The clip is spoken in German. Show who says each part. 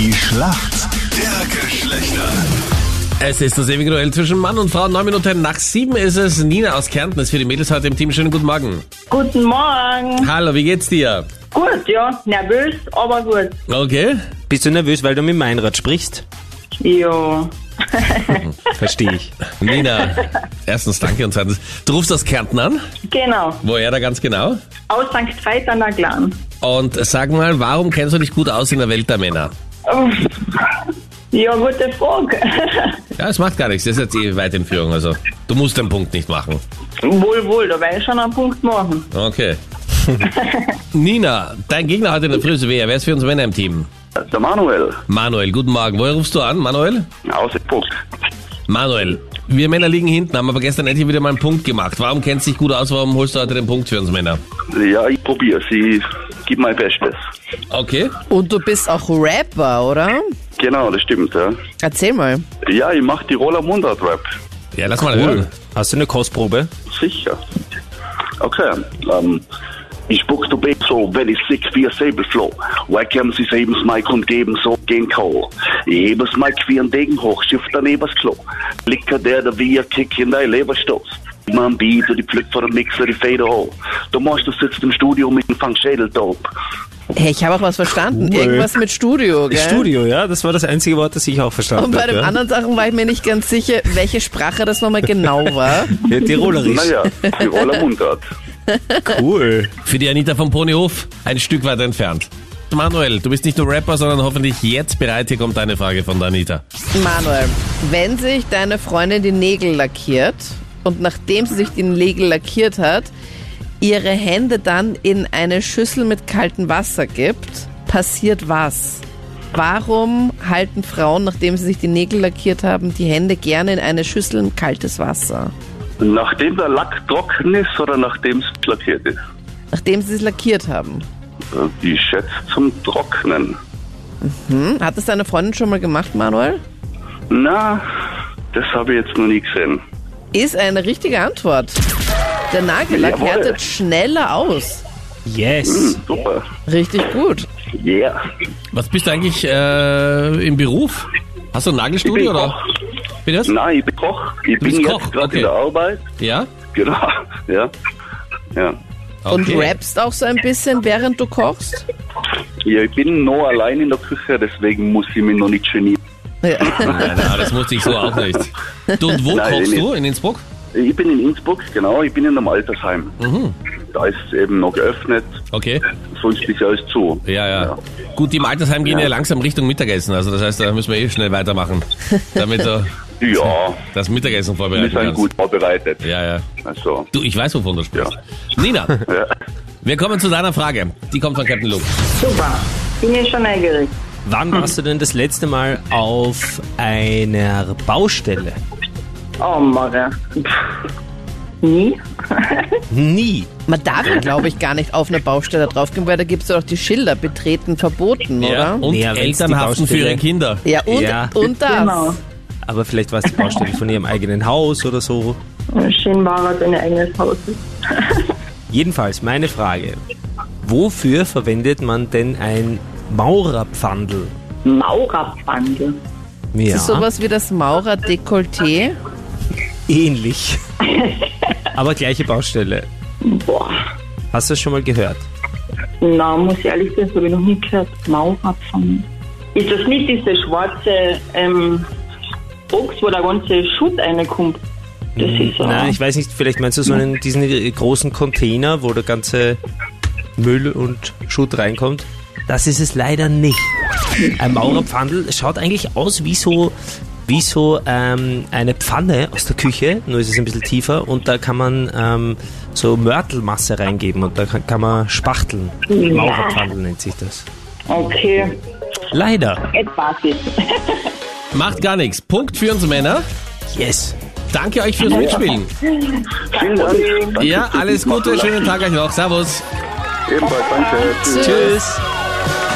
Speaker 1: Schlacht der Geschlechter.
Speaker 2: Es ist das ewige Duell zwischen Mann und Frau. Neun Minuten nach sieben ist es. Nina aus Kärnten ist für die Mädels heute im Team. Schönen guten Morgen.
Speaker 3: Guten Morgen.
Speaker 2: Hallo, wie geht's dir?
Speaker 3: Gut, ja. Nervös, aber gut.
Speaker 2: Okay.
Speaker 4: Bist du nervös, weil du mit Meinrad sprichst?
Speaker 3: Jo.
Speaker 4: Verstehe ich.
Speaker 2: Nina, erstens danke und zweitens, du rufst aus Kärnten an.
Speaker 3: Genau.
Speaker 2: Woher da ganz genau?
Speaker 3: Aus St. Veit an der Glan.
Speaker 2: Und sag mal, warum kennst du dich gut aus in der Welt der Männer?
Speaker 3: Uff. Ja, gute Frage.
Speaker 2: Ja, es macht gar nichts. Das ist jetzt eh weit in Führung. Also, du musst den Punkt nicht machen.
Speaker 3: wohl, wohl, da werde ich schon einen Punkt machen.
Speaker 2: Okay. Nina, dein Gegner heute in der Früh ist wer? Wer ist für uns Männer im Team?
Speaker 5: Der Manuel
Speaker 2: Manuel, guten Morgen. Woher rufst du an, Manuel?
Speaker 5: aus Puck.
Speaker 2: Manuel, wir Männer liegen hinten, haben aber gestern endlich wieder mal einen Punkt gemacht. Warum kennst du dich gut aus? Warum holst du heute den Punkt für uns Männer?
Speaker 5: Ja, ich probiere Ich gebe mein Bestes.
Speaker 2: Okay.
Speaker 6: Und du bist auch Rapper, oder?
Speaker 5: Genau, das stimmt. Ja,
Speaker 6: Erzähl mal.
Speaker 5: ja ich mache die Roller Mundart-Rap.
Speaker 2: Ja, lass mal hören.
Speaker 4: Hast du eine Kostprobe?
Speaker 5: Sicher. Okay. Ähm, ich spuck du Babe so, wenn ich sick wie ein Säbelfloh. Wackham sie sebens Mike und geben so gegen Kohl. Jebes Mike wie ein Degen hoch, schiff daneben das Klo. Licker der, der wie ein Kick in dein Leber stoßt. Man Beat und ich pflück von dem Mixer die Feder hoch. Der Meister sitzt im Studio mit dem Fangschädeldop.
Speaker 6: Hey, ich habe auch was verstanden.
Speaker 4: Cool.
Speaker 6: Irgendwas mit Studio, gell?
Speaker 4: Studio, ja, das war das einzige Wort, das ich auch verstanden
Speaker 6: Und bei
Speaker 4: habe.
Speaker 6: den anderen Sachen war ich mir nicht ganz sicher, welche Sprache das nochmal genau
Speaker 4: ja.
Speaker 6: war.
Speaker 4: Ja, Tirolerisch.
Speaker 5: Naja, die Roller Mundart.
Speaker 4: Cool.
Speaker 2: Für die Anita vom Ponyhof, ein Stück weit entfernt. Manuel, du bist nicht nur Rapper, sondern hoffentlich jetzt bereit. Hier kommt deine Frage von der Anita.
Speaker 6: Manuel, wenn sich deine Freundin die Nägel lackiert und nachdem sie sich die Nägel lackiert hat, ihre Hände dann in eine Schüssel mit kaltem Wasser gibt, passiert was? Warum halten Frauen, nachdem sie sich die Nägel lackiert haben, die Hände gerne in eine Schüssel mit kaltes Wasser?
Speaker 5: Nachdem der Lack trocken ist oder nachdem es lackiert ist?
Speaker 6: Nachdem sie es lackiert haben.
Speaker 5: Ich schätze zum Trocknen.
Speaker 6: Hm? Hat das deine Freundin schon mal gemacht, Manuel?
Speaker 5: Na, das habe ich jetzt noch nie gesehen.
Speaker 6: Ist eine richtige Antwort. Der Nagellack
Speaker 5: Jawohl.
Speaker 6: härtet schneller aus.
Speaker 4: Yes.
Speaker 5: Hm, Super.
Speaker 6: Richtig gut.
Speaker 5: Yeah.
Speaker 2: Was bist du eigentlich äh, im Beruf? Hast du ein Nagelstudio
Speaker 5: Ich bin
Speaker 2: oder?
Speaker 5: Koch.
Speaker 2: Bitte was?
Speaker 5: Nein, ich bin Koch. Ich
Speaker 2: bist
Speaker 5: bin
Speaker 2: Koch,
Speaker 5: jetzt gerade
Speaker 2: okay.
Speaker 5: in der Arbeit.
Speaker 2: Ja?
Speaker 5: Genau, ja. Ja.
Speaker 6: Und
Speaker 2: Okay.
Speaker 6: rappst auch so ein bisschen, während du kochst?
Speaker 5: ja. Ich bin noch allein in der Küche, deswegen muss ich mich noch nicht genieren.
Speaker 6: Ja.
Speaker 2: Nein, nein, das musste ich so auch nicht. Du und wo
Speaker 5: Nein,
Speaker 2: kochst
Speaker 5: nicht.
Speaker 2: du? In Innsbruck?
Speaker 5: Ich bin in Innsbruck, genau. Ich bin in einem Altersheim.
Speaker 2: Mhm.
Speaker 5: Da ist es eben noch geöffnet.
Speaker 2: Okay.
Speaker 5: Sonst ist alles zu.
Speaker 2: Ja, ja. Gut, die im Altersheim gehen ja. langsam Richtung Mittagessen. Also das heißt, da müssen wir eh schnell weitermachen, damit du
Speaker 5: Ja, ja
Speaker 2: das Mittagessen
Speaker 5: wir
Speaker 2: vorbereiten
Speaker 5: sind
Speaker 2: kannst.
Speaker 5: gut vorbereitet.
Speaker 2: Ja, ja.
Speaker 5: Also.
Speaker 2: Du, ich weiß, wovon du sprichst. Nina,
Speaker 5: Ja.
Speaker 2: wir kommen zu deiner Frage. Die kommt von Captain Luke.
Speaker 3: Super. Bin ich schon neugierig.
Speaker 4: Wann warst du denn das letzte Mal auf einer Baustelle?
Speaker 3: Oh, Morgen. Pff. Nie?
Speaker 4: Nie.
Speaker 6: Man darf ja, glaube ich, gar nicht auf eine Baustelle draufgehen, weil da gibt es ja doch die Schilder, betreten, verboten,
Speaker 2: Ja,
Speaker 6: oder?
Speaker 2: und
Speaker 4: Ja, wenn's die
Speaker 2: Elternhaften für ihre
Speaker 4: Baustelle-
Speaker 2: Kinder.
Speaker 6: Ja, und,
Speaker 4: Ja.
Speaker 6: und das.
Speaker 3: Genau.
Speaker 4: Aber vielleicht war es die Baustelle von ihrem eigenen Haus oder so.
Speaker 3: Schön war er in ihr eigenes Haus.
Speaker 4: Jedenfalls, meine Frage. Wofür verwendet man denn ein Maurerpfandel?
Speaker 3: Maurerpfande.
Speaker 4: Ja,
Speaker 6: Das ist sowas wie das Maurer-Dekolleté.
Speaker 4: ähnlich. Aber gleiche Baustelle.
Speaker 3: Boah.
Speaker 4: Hast du das schon mal gehört?
Speaker 3: Na, muss ich ehrlich sagen, das habe ich noch nie gehört. Maurerpfande. Ist das nicht diese schwarze ähm, Box, wo der ganze Schutt reinkommt? Das ist so.
Speaker 4: Hm, Nein, ich weiß nicht, vielleicht meinst du so einen, diesen großen Container, wo der ganze Müll und Schutt reinkommt? Das ist es leider nicht. Ein Maurerpfandel schaut eigentlich aus wie so, wie so ähm, eine Pfanne aus der Küche, nur ist es ein bisschen tiefer und da kann man ähm, so Mörtelmasse reingeben und da kann, kann man spachteln. Maurerpfandel nennt sich das.
Speaker 3: Okay,
Speaker 4: Leider.
Speaker 3: jetzt weiß ich.
Speaker 2: Macht gar nichts. Punkt für uns Männer.
Speaker 4: Yes.
Speaker 2: Danke euch fürs Mitspielen.
Speaker 5: Vielen Dank. Danke
Speaker 2: Ja,
Speaker 5: fürs
Speaker 2: alles
Speaker 5: Mitmachen.
Speaker 2: Gute, schönen Tag euch noch. Servus.
Speaker 5: Ebenfalls, danke. Tschüss.
Speaker 4: Tschüss.